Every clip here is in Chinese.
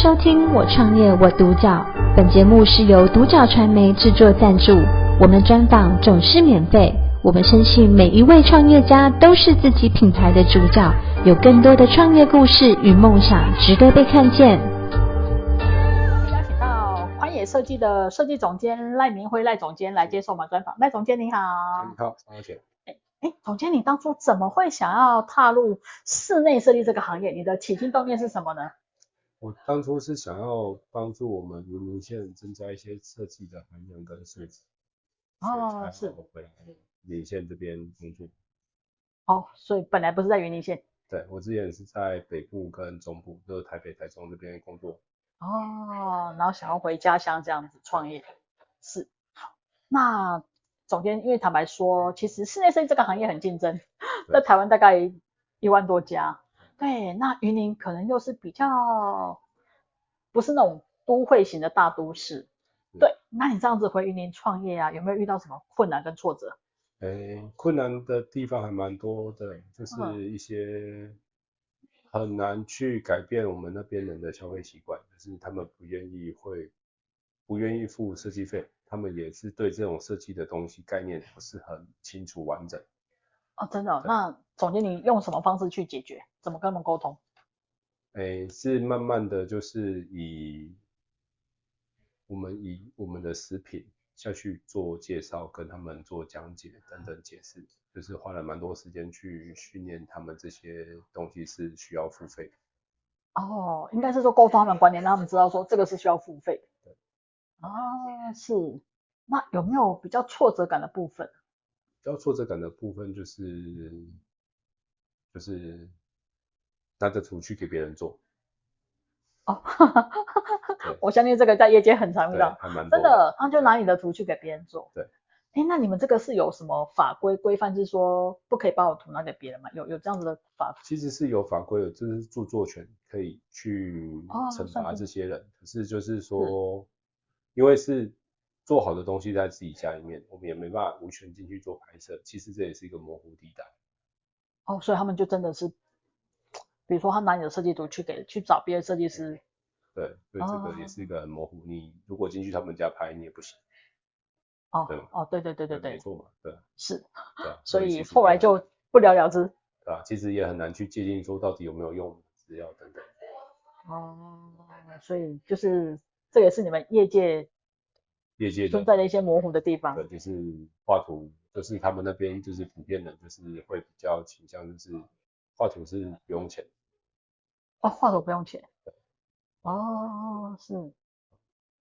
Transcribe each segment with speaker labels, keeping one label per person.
Speaker 1: 收听《我创业我独角》，本节目是由独角传媒制作赞助，我们专访总是免费。我们深信每一位创业家都是自己品牌的主角，有更多的创业故事与梦想值得被看见。
Speaker 2: 邀请到宽野设计的设计总监赖明辉赖总监来接受我们专访。赖总监你好。
Speaker 3: 你好，张小姐。
Speaker 2: 哎，总监你当初怎么会想要踏入室内设计这个行业？你的起心动念是什么呢？
Speaker 3: 我当初是想要帮助我们云林县增加一些设计的涵养跟素质，所以
Speaker 2: 哦
Speaker 3: 才，
Speaker 2: 是
Speaker 3: 会回来林县这边工作。
Speaker 2: 哦，所以本来不是在云林县。
Speaker 3: 对，我之前是在北部跟中部，就是台北、台中这边工作。
Speaker 2: 哦，然后想要回家乡这样子创业，是好。那总监，因为坦白说，其实室内设计这个行业很竞争，在
Speaker 3: 对
Speaker 2: 台湾大概一万多家，对，那云林可能又是比较不是那种都会型的大都市，
Speaker 3: 是
Speaker 2: 对。那你这样子回云林创业啊，有没有遇到什么困难跟挫折？
Speaker 3: 诶，困难的地方还蛮多的，就是
Speaker 2: 嗯
Speaker 3: 一些很难去改变我们那边人的消费习惯，就是他们不愿意会，不愿意付设计费，他们也是对这种设计的东西概念不是很清楚完整。
Speaker 2: 哦，真的哦、
Speaker 3: 对
Speaker 2: 那总监你用什么方式去解决？怎么跟他们沟通？
Speaker 3: 诶，是慢慢的就是以我们以我们的食品下去做介绍，跟他们做讲解等等解释，就是花了蛮多时间去训练他们这些东西是需要付费的。
Speaker 2: 哦，应该是说沟通他们观念，让他们知道说这个是需要付费的。哦，是。那有没有比较挫折感的部分？
Speaker 3: 比较挫折感的部分就是就是拿着图去给别人做，
Speaker 2: 哦，
Speaker 3: 对
Speaker 2: 我相信这个在业界很常遇
Speaker 3: 对，
Speaker 2: 到，
Speaker 3: 还蛮
Speaker 2: 哦
Speaker 3: 多
Speaker 2: 真的，他就拿你的图去给别人做。
Speaker 3: 对。
Speaker 2: 哎，那你们这个是有什么法规规范，是说不可以把我图拿给别人吗？有有这样子的法？
Speaker 3: 其实是有法规的，就是著作权可以去
Speaker 2: 哦
Speaker 3: 惩
Speaker 2: 算嗯
Speaker 3: 罚
Speaker 2: 是
Speaker 3: 这些人。可是就是说，因为是做好的东西在自己家里面，我们也没办法无权进去做拍摄。其实这也是一个模糊地带。
Speaker 2: 哦，所以他们就真的是，比如说他拿你的设计图去给去找别的设计师，
Speaker 3: 对，所以这个也是一个很模糊。你如果进去他们家拍，你也不行，
Speaker 2: 哦
Speaker 3: 对
Speaker 2: 哦，对对对对
Speaker 3: 没
Speaker 2: 对，
Speaker 3: 错嘛，对啊
Speaker 2: 是，
Speaker 3: 对啊。
Speaker 2: 所
Speaker 3: 其
Speaker 2: 以
Speaker 3: 实
Speaker 2: 后来
Speaker 3: 也
Speaker 2: 就不了了之。
Speaker 3: 对啊，其实也很难去界定说到底有没有用资料等等。
Speaker 2: 哦，所以就是这也是你们业界
Speaker 3: 业界的
Speaker 2: 存在的一些模糊的地方
Speaker 3: 对，。就是画图，就是他们那边就是普遍的，就是会比较倾向就是画图是不用钱，
Speaker 2: 哦，画图不用钱。哦，是，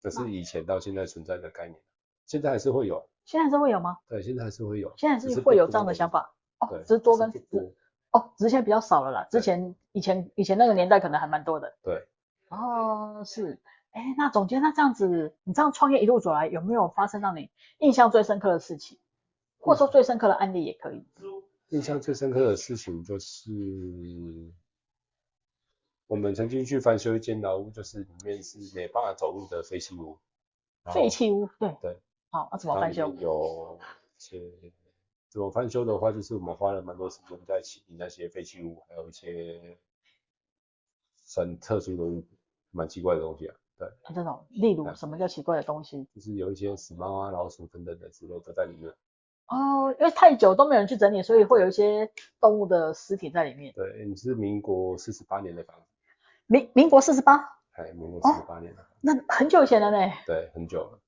Speaker 3: 这
Speaker 2: 嗯
Speaker 3: 是以前到现在存在的概念，现在还是会有，啊
Speaker 2: 现在是会有吗？
Speaker 3: 对，现在还是会有，啊
Speaker 2: 现在
Speaker 3: 只
Speaker 2: 是
Speaker 3: 是
Speaker 2: 会
Speaker 3: 不
Speaker 2: 有这样
Speaker 3: 多
Speaker 2: 的想法。哦
Speaker 3: 对，，
Speaker 2: 只是多
Speaker 3: 只
Speaker 2: 跟
Speaker 3: 是
Speaker 2: 只
Speaker 3: 不多
Speaker 2: 哦，只是现在比较少了啦。之
Speaker 3: 对
Speaker 2: 前以前以前那个年代可能还蛮多的。
Speaker 3: 对。
Speaker 2: 哦，是。哎，那总监，那这样子，你这样创业一路走来，有没有发生让你印象最深刻的事情，或
Speaker 3: 嗯
Speaker 2: 者说最深刻的案例也可以？
Speaker 3: 印象最深刻的事情就是，我们曾经去翻修一间老屋，就是里面是没办法走路的废弃物，然后
Speaker 2: 废弃物，对
Speaker 3: 哦对。
Speaker 2: 好，那怎么
Speaker 3: 它
Speaker 2: 翻
Speaker 3: 里
Speaker 2: 修？
Speaker 3: 面有一些怎么翻修的话，就是我们花了蛮多时间在清理那些废弃物，还有一些很特殊的物品，蛮奇怪的东西啊。对，
Speaker 2: 这种，例如
Speaker 3: 嗯
Speaker 2: 什么叫奇怪的东西？
Speaker 3: 就是有一些死猫啊、老鼠等等的之类的在里面。
Speaker 2: 哦，因为太久都没有人去整理，所以会有一些动物的尸体在里面。
Speaker 3: 对，你是民国四十八年的房子，
Speaker 2: 民民国四十八，
Speaker 3: 哎，民国
Speaker 2: 哦
Speaker 3: 四十八年了，
Speaker 2: 那很久以前了呢，
Speaker 3: 对，很久了，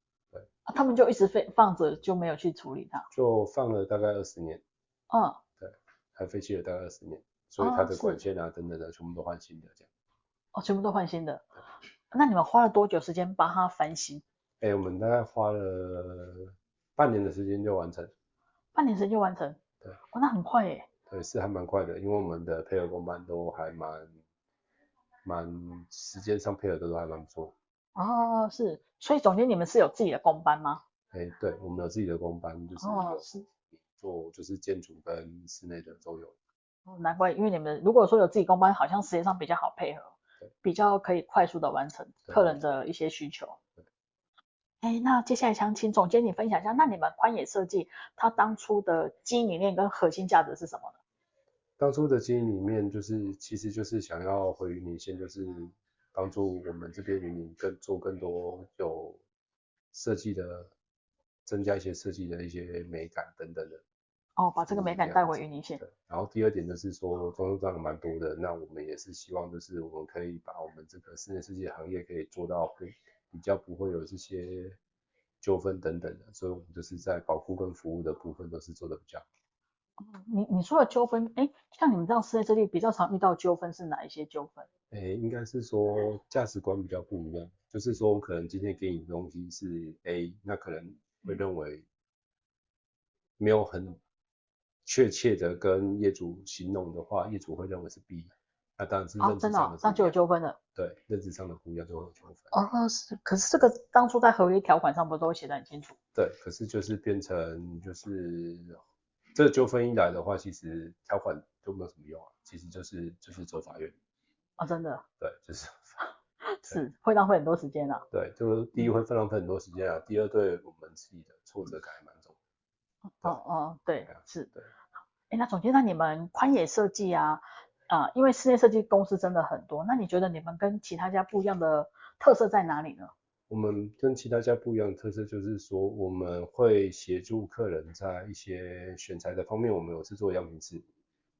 Speaker 2: 啊他们就一直放放着，就没有去处理它。
Speaker 3: 就放了大概二十年，
Speaker 2: 嗯，
Speaker 3: 还废弃了大概二十年，所以
Speaker 2: 哦
Speaker 3: 它的
Speaker 2: 是
Speaker 3: 管线啊等等的全部都换新的这样。
Speaker 2: 哦，全部都换新的。那你们花了多久时间把它翻新？
Speaker 3: 哎，我们大概花了半年的时间就完成。
Speaker 2: 半年时间就完成？
Speaker 3: 对
Speaker 2: 哦，那很快耶。
Speaker 3: 对，是还蛮快的，因为我们的配合工班都还蛮蛮时间上配合的都还蛮不错。
Speaker 2: 哦，是，所以总监你们是有自己的工班吗？
Speaker 3: 哎，对，我们有自己的工班，就是
Speaker 2: 哦
Speaker 3: 有做就是建筑跟室内的都有。
Speaker 2: 哦难怪，因为你们如果说有自己工班，好像时间上比较好配合
Speaker 3: 对，
Speaker 2: 比较可以快速的完成
Speaker 3: 对
Speaker 2: 客
Speaker 3: 没
Speaker 2: 人的一些需求。哎，那接下来想请总监你分享一下，那你们宽野设计它当初的经营理念跟核心价值是什么呢？
Speaker 3: 当初的经营里面，就是其实就是想要回云林县，就是帮助我们这边云林更做更多有设计的，增加一些设计的一些美感等等的。
Speaker 2: 哦，把这个美感带回云林县。
Speaker 3: 对，然后第二点就是说，装修障蛮多的，那我们也是希望就是我们可以把我们这个室内设计的行业可以做到不比较不会有这些纠纷等等的，所以我们就是在保护跟服务的部分都是做的比较好。
Speaker 2: 你你说的纠纷，哎，像你们这样室内设计比较常遇到纠纷是哪一些纠纷？
Speaker 3: 诶，应该是说价值观比较不一样，就是说可能今天给你的东西是 A，那可能会认为没有很确切的跟业主形容的话，业主会认为是 B，那当然是
Speaker 2: 啊，
Speaker 3: 认知
Speaker 2: 真的
Speaker 3: 上
Speaker 2: 哦
Speaker 3: 的，不
Speaker 2: 那
Speaker 3: 一
Speaker 2: 就有
Speaker 3: 样，
Speaker 2: 纠纷了。
Speaker 3: 对，认知上的不一样就会有纠纷。
Speaker 2: 哦，是，可是这个当初在合约条款上不是都会写得很清楚？
Speaker 3: 对，可是就是变成就是这个纠纷一来的话，其实条款都没有什么用啊，其实就是就是走法院，
Speaker 2: 啊、真的
Speaker 3: 对，就是
Speaker 2: 是会浪费很多时间啊。
Speaker 3: 对，就是第一会浪费很多时间啊，第二对我们自己的挫折感还蛮重。
Speaker 2: 哦哦，对
Speaker 3: 对啊，
Speaker 2: 是
Speaker 3: 对。
Speaker 2: 哎，那总监，那你们宽野设计啊，啊、因为室内设计公司真的很多，那你觉得你们跟其他家不一样的特色在哪里呢？
Speaker 3: 我们跟其他家不一样的特色就是说，我们会协助客人在一些选材的方面，我们有制作样品室，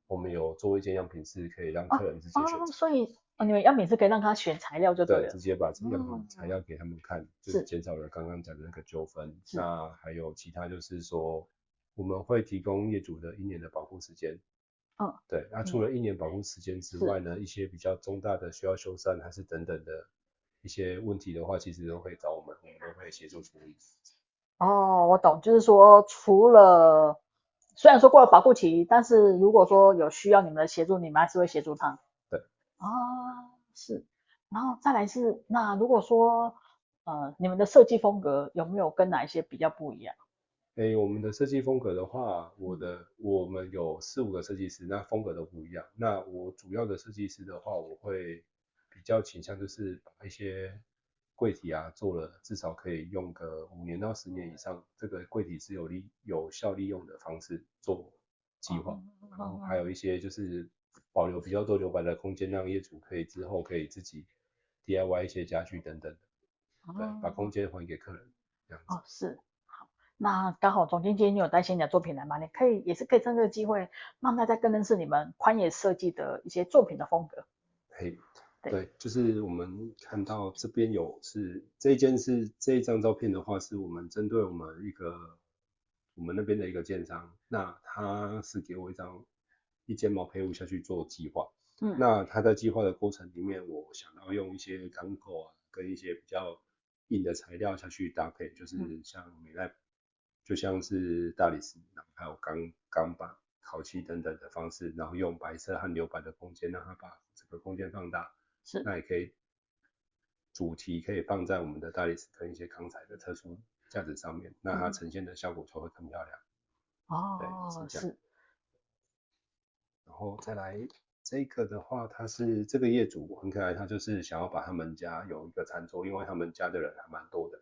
Speaker 3: 我们有做一间样品室可以让客人自己选
Speaker 2: 哦，
Speaker 3: 材，
Speaker 2: 所以、哦、你们样品是可以让他选材料就对
Speaker 3: 对，
Speaker 2: 了
Speaker 3: 直。接把这样
Speaker 2: 哦
Speaker 3: 品材料给他们看，就是
Speaker 2: 是
Speaker 3: 减少了刚刚讲的那个纠纷。
Speaker 2: 是
Speaker 3: 那还有其他就是说，我们会提供业主的一年的保护时间。
Speaker 2: 嗯，
Speaker 3: 对，那除了一年保护时间之
Speaker 2: 是
Speaker 3: 外呢，一些比较重大的需要修缮还是等等的一些问题的话，其实都会找我们，我们都会协助处理。
Speaker 2: 哦，我懂，就是说除了虽然说过了保护期，但是如果说有需要你们的协助，你们还是会协助他。
Speaker 3: 对。
Speaker 2: 哦，是。然后再来是，那如果说呃你们的设计风格有没有跟哪一些比较不一样？
Speaker 3: 诶，我们的设计风格的话，我的我们有四五个设计师，那风格都不一样。那我主要的设计师的话，我会比较倾向就是把一些柜体啊做了，至少可以用个五年到十年以上，这个柜体是有利有效利用的方式做计
Speaker 2: 哦
Speaker 3: 划，然后还有一些就是保留比较多留白的空间，让业主可以之后可以自己 DIY 一些家具等等，对，把空间还给客人这样子。
Speaker 2: 哦，是，好，那刚好总监今天你有带些你的作品来嘛，你可以也是可以趁这个机会让大家更认识你们宽野设计的一些作品的风格。
Speaker 3: 嘿，
Speaker 2: 对
Speaker 3: 对，就是我们看到这边有是这一间是这一张照片的话，是我们针对我们一个我们那边的一个建商，那他是给我一张一间毛坯屋下去做计划，
Speaker 2: 嗯
Speaker 3: 那他在计划的过程里面，我想要用一些钢构啊，跟一些比较硬的材料下去搭配，就是
Speaker 2: 嗯
Speaker 3: 像美耐，就像是大理石，然后还有钢钢板、烤漆等等的方式，然后用白色和留白的空间，让它把这个空间放大。
Speaker 2: 是
Speaker 3: 那也可以主题可以放在我们的大理石跟一些钢材的特殊价值上面，那它
Speaker 2: 嗯
Speaker 3: 呈现的效果就会更漂亮。
Speaker 2: 哦，
Speaker 3: 是这样
Speaker 2: 是
Speaker 3: 然后再来这个的话，他是这个业主很可爱，他就是想要把他们家有一个餐桌，因为他们家的人还蛮多的，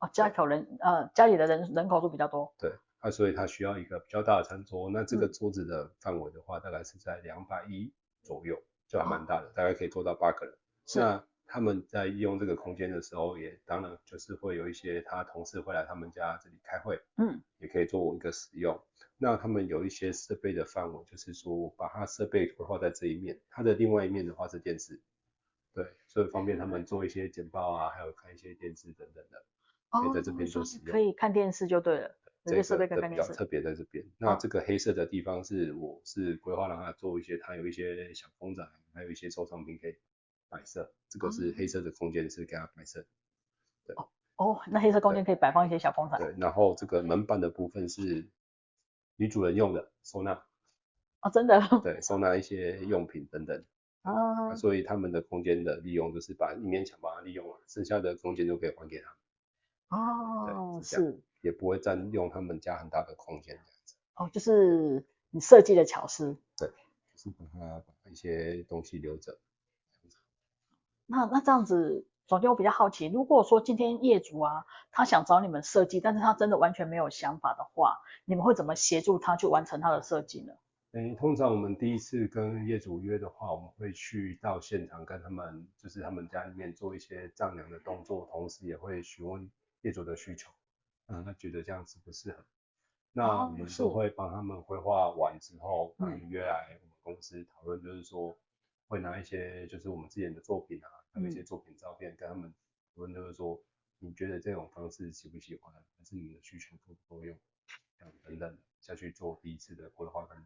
Speaker 2: 哦，家口人呃家里的人人口数比较多，
Speaker 3: 对，啊，所以他需要一个比较大的餐桌。那这个
Speaker 2: 嗯
Speaker 3: 桌子的范围的话，大概是在两百一左右，就还蛮大的，大概可以坐到八个人。
Speaker 2: 是
Speaker 3: 那他们在利用这个空间的时候，也当然就是会有一些他同事会来他们家这里开会，
Speaker 2: 嗯，
Speaker 3: 也可以做一个使用。那他们有一些设备的范围，就是说我把它设备规划在这一面，它的另外一面的话是电视，对，所以方便他们做一些简报啊，还有看一些电视等等的，可以在这边
Speaker 2: 就
Speaker 3: 做
Speaker 2: 是
Speaker 3: 使
Speaker 2: 哦可
Speaker 3: 用。
Speaker 2: 以看电视就对了，有
Speaker 3: 这
Speaker 2: 些
Speaker 3: 个
Speaker 2: 设备可以
Speaker 3: 的
Speaker 2: 看
Speaker 3: 比
Speaker 2: 电
Speaker 3: 较
Speaker 2: 视。
Speaker 3: 特别在这边。
Speaker 2: 哦
Speaker 3: 那这个黑色的地方是我是规划让它做一些，它有一些小公仔，还有一些收藏品可以摆设。这个是黑色的空间是给它摆设。
Speaker 2: 哦，那黑色空间可以摆放一些小风伞。
Speaker 3: 对，然后这个门板的部分是女主人用的收纳，
Speaker 2: 哦，真的。
Speaker 3: 对，收纳一些用品等等。
Speaker 2: 啊
Speaker 3: 那，所以他们的空间的利用就是把一面墙把它利用完，剩下的空间都可以还给他们，啊
Speaker 2: 哦，
Speaker 3: 是这样
Speaker 2: 是，
Speaker 3: 也不会占用他们家很大的空间。
Speaker 2: 哦，就是你设计的巧思。
Speaker 3: 就是把它把一些东西留着。
Speaker 2: 那那这样子，总监我比较好奇，如果说今天业主啊，他想找你们设计，但是他真的完全没有想法的话，你们会怎么协助他去完成他的设计呢？
Speaker 3: 诶，通常我们第一次跟业主约的话，我们会去到现场跟他们，就是他们家里面做一些丈量的动作，同时也会询问业主的需求，嗯，他觉得这样适不适合。那
Speaker 2: 哦
Speaker 3: 我们
Speaker 2: 是
Speaker 3: 都会帮他们规划完之后，
Speaker 2: 嗯
Speaker 3: 然后约来我们公司讨论，就是说会拿一些就是我们之前的作品啊，还有一些
Speaker 2: 嗯
Speaker 3: 作品照片跟他们讨论，就是说你觉得这种方式喜不喜欢，还是你的需求够不够用，这样等等下去做第一次的规划跟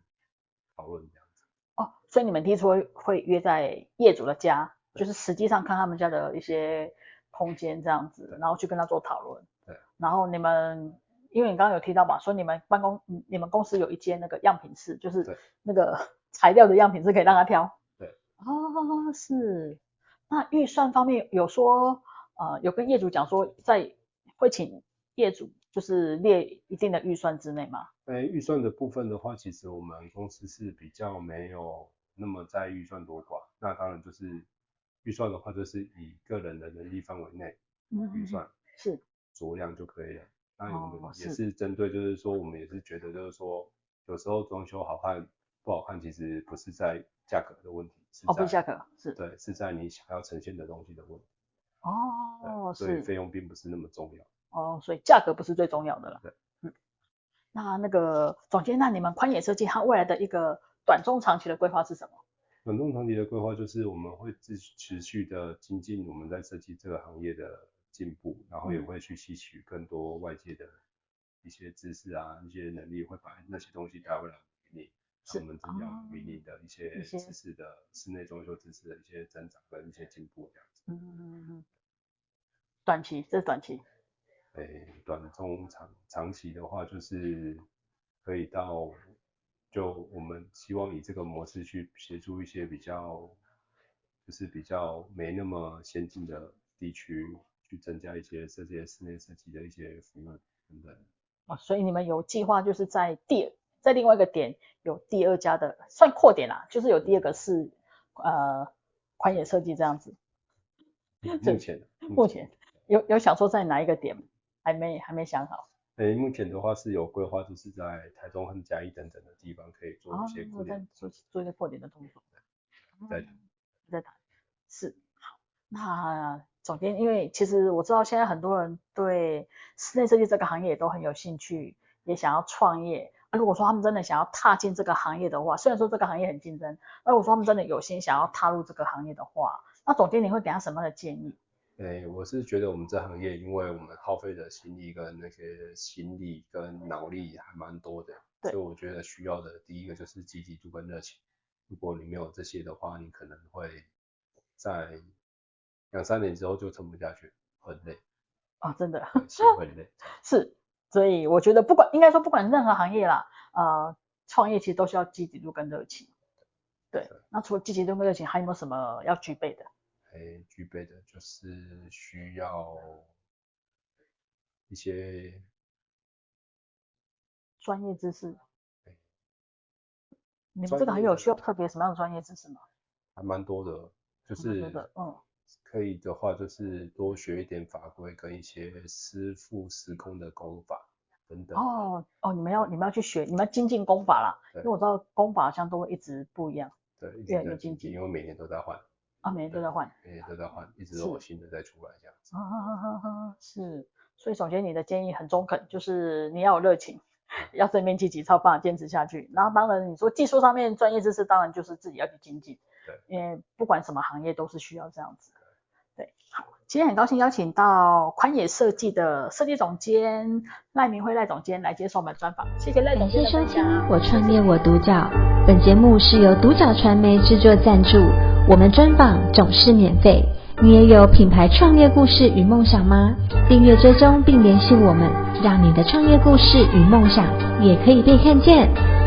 Speaker 3: 讨论这样子。
Speaker 2: 哦，所以你们第一次会会约在业主的家，就是实际上看他们家的一些空间这样子，
Speaker 3: 对
Speaker 2: 然后去跟他做讨论。
Speaker 3: 对。
Speaker 2: 然后你们，因为你刚刚有提到嘛，说你们办公，你你们公司有一间那个样品室，就是
Speaker 3: 对
Speaker 2: 那个材料的样品室可以让他挑。
Speaker 3: 对。
Speaker 2: 哦，是。那预算方面有说，呃，有跟业主讲说，在会请业主就是列一定的预算之内吗？
Speaker 3: 那预算的部分的话，其实我们公司是比较没有那么在意预算多寡，那当然就是预算的话，就是以个人的能力范围内
Speaker 2: 嗯
Speaker 3: 预算。
Speaker 2: 是
Speaker 3: 酌量就可以了。那我
Speaker 2: 哦
Speaker 3: 们也
Speaker 2: 是
Speaker 3: 是针对，就是说我们也是觉得，就是说有时候装修好看不好看，其实不是在价格的问题，是
Speaker 2: 哦，不是价
Speaker 3: 在
Speaker 2: 格是
Speaker 3: 对，是在你想要呈现的东西的问题。对
Speaker 2: 哦，
Speaker 3: 所以
Speaker 2: 是
Speaker 3: 费用并不是那么重要。
Speaker 2: 哦，所以价格不是最重要的了。
Speaker 3: 对，
Speaker 2: 嗯。那那个总监，那你们宽野设计它未来的一个短中长期的规划是什么？
Speaker 3: 短中长期的规划就是我们会持持续的精进我们在设计这个行业的进步，然后也
Speaker 2: 嗯
Speaker 3: 会去吸取更多外界的一些知识啊，一些能力，会把那些东西带回来给你，
Speaker 2: 是
Speaker 3: 让我们增加给你
Speaker 2: 哦
Speaker 3: 的一些
Speaker 2: 些
Speaker 3: 知识的室内装修知识的一些增长跟一些进步这样子。
Speaker 2: 嗯，短期，这是短期。
Speaker 3: 诶，短中长长期的话，就是可以到，就我们希望以这个模式去协助一些比较，就是比较没那么先进的地区，去增加一些这些室内设计的一些服务等等。
Speaker 2: 哦，所以你们有计划就是在第在另外一个点有第二家的算扩点啦、就是有第二个是呃宽野设计这样子。
Speaker 3: 目前啊，
Speaker 2: 目前有有想说在哪一个点吗，还没还没想好。
Speaker 3: 诶，目前的话是有规划，就是在台中和嘉义等等的地方可以做
Speaker 2: 哦
Speaker 3: 一些，固
Speaker 2: 我在
Speaker 3: 定。
Speaker 2: 做做一些破点的动作。
Speaker 3: 在
Speaker 2: 嗯在谈是好。那总监，因为其实我知道现在很多人对室内设计这个行业也都很有兴趣，也想要创业。那如果说他们真的想要踏进这个行业的话，虽然说这个行业很竞争，那如果说他们真的有心想要踏入这个行业的话，那总监你会给他什么样的建议？
Speaker 3: 诶，我是觉得我们这行业，因为我们耗费的心力跟那些心力跟脑力还蛮多的，
Speaker 2: 对
Speaker 3: 所以我觉得需要的第一个就是积极度跟热情。如果你没有这些的话，你可能会在两三年之后就撑不下去，很累，
Speaker 2: 啊、真的
Speaker 3: 对心会累。
Speaker 2: 是，所以我觉得不管应该说不管任何行业啦，呃，创业其实都需要积极度跟热情。对，那除了积极度跟热情，还有没有什么要具备的？
Speaker 3: 诶，具备的就是需要一些
Speaker 2: 专业知识
Speaker 3: 对。
Speaker 2: 你们
Speaker 3: 专
Speaker 2: 这个行业
Speaker 3: 业
Speaker 2: 有
Speaker 3: 的
Speaker 2: 需要特别什么样的专业知识吗？
Speaker 3: 还蛮多的，就
Speaker 2: 蛮多
Speaker 3: 是
Speaker 2: 的嗯
Speaker 3: 可以的话，就是多学一点法规跟一些师傅施工的功法等等。
Speaker 2: 哦哦，你们要你们要去学，你们要精进功法啦，因为
Speaker 3: 对
Speaker 2: 我知道功法好像都会一直不一样
Speaker 3: 对，一
Speaker 2: 越来
Speaker 3: 直
Speaker 2: 越
Speaker 3: 在
Speaker 2: 精
Speaker 3: 精进，
Speaker 2: 进
Speaker 3: 因为每年都在换，
Speaker 2: 啊，每年都在换。
Speaker 3: 每年都在换，一直都有
Speaker 2: 是
Speaker 3: 新的在出来这样子。
Speaker 2: 啊哈哈哈哈，是，所以首先你的建议很中肯，就是你要有热情， 要正面积极，才有办法坚持下去。然后当然你说技术上面专业知识，当然就是自己要去精进，
Speaker 3: 对，
Speaker 2: 因为不管什么行业都是需要这样子。对，好，今天很高兴邀请到宽野设计的设计总监赖明辉赖总监来接受我们专访，谢谢赖
Speaker 1: 感
Speaker 2: 总监
Speaker 1: 谢收
Speaker 2: 的分
Speaker 1: 听《
Speaker 2: 享
Speaker 1: 我创
Speaker 2: 谢
Speaker 1: 业
Speaker 2: 谢
Speaker 1: 我独角》。本节目是由独角传媒制作赞助，我们专访总是免费。你也有品牌创业故事与梦想吗？订阅追踪并联系我们，让你的创业故事与梦想也可以被看见。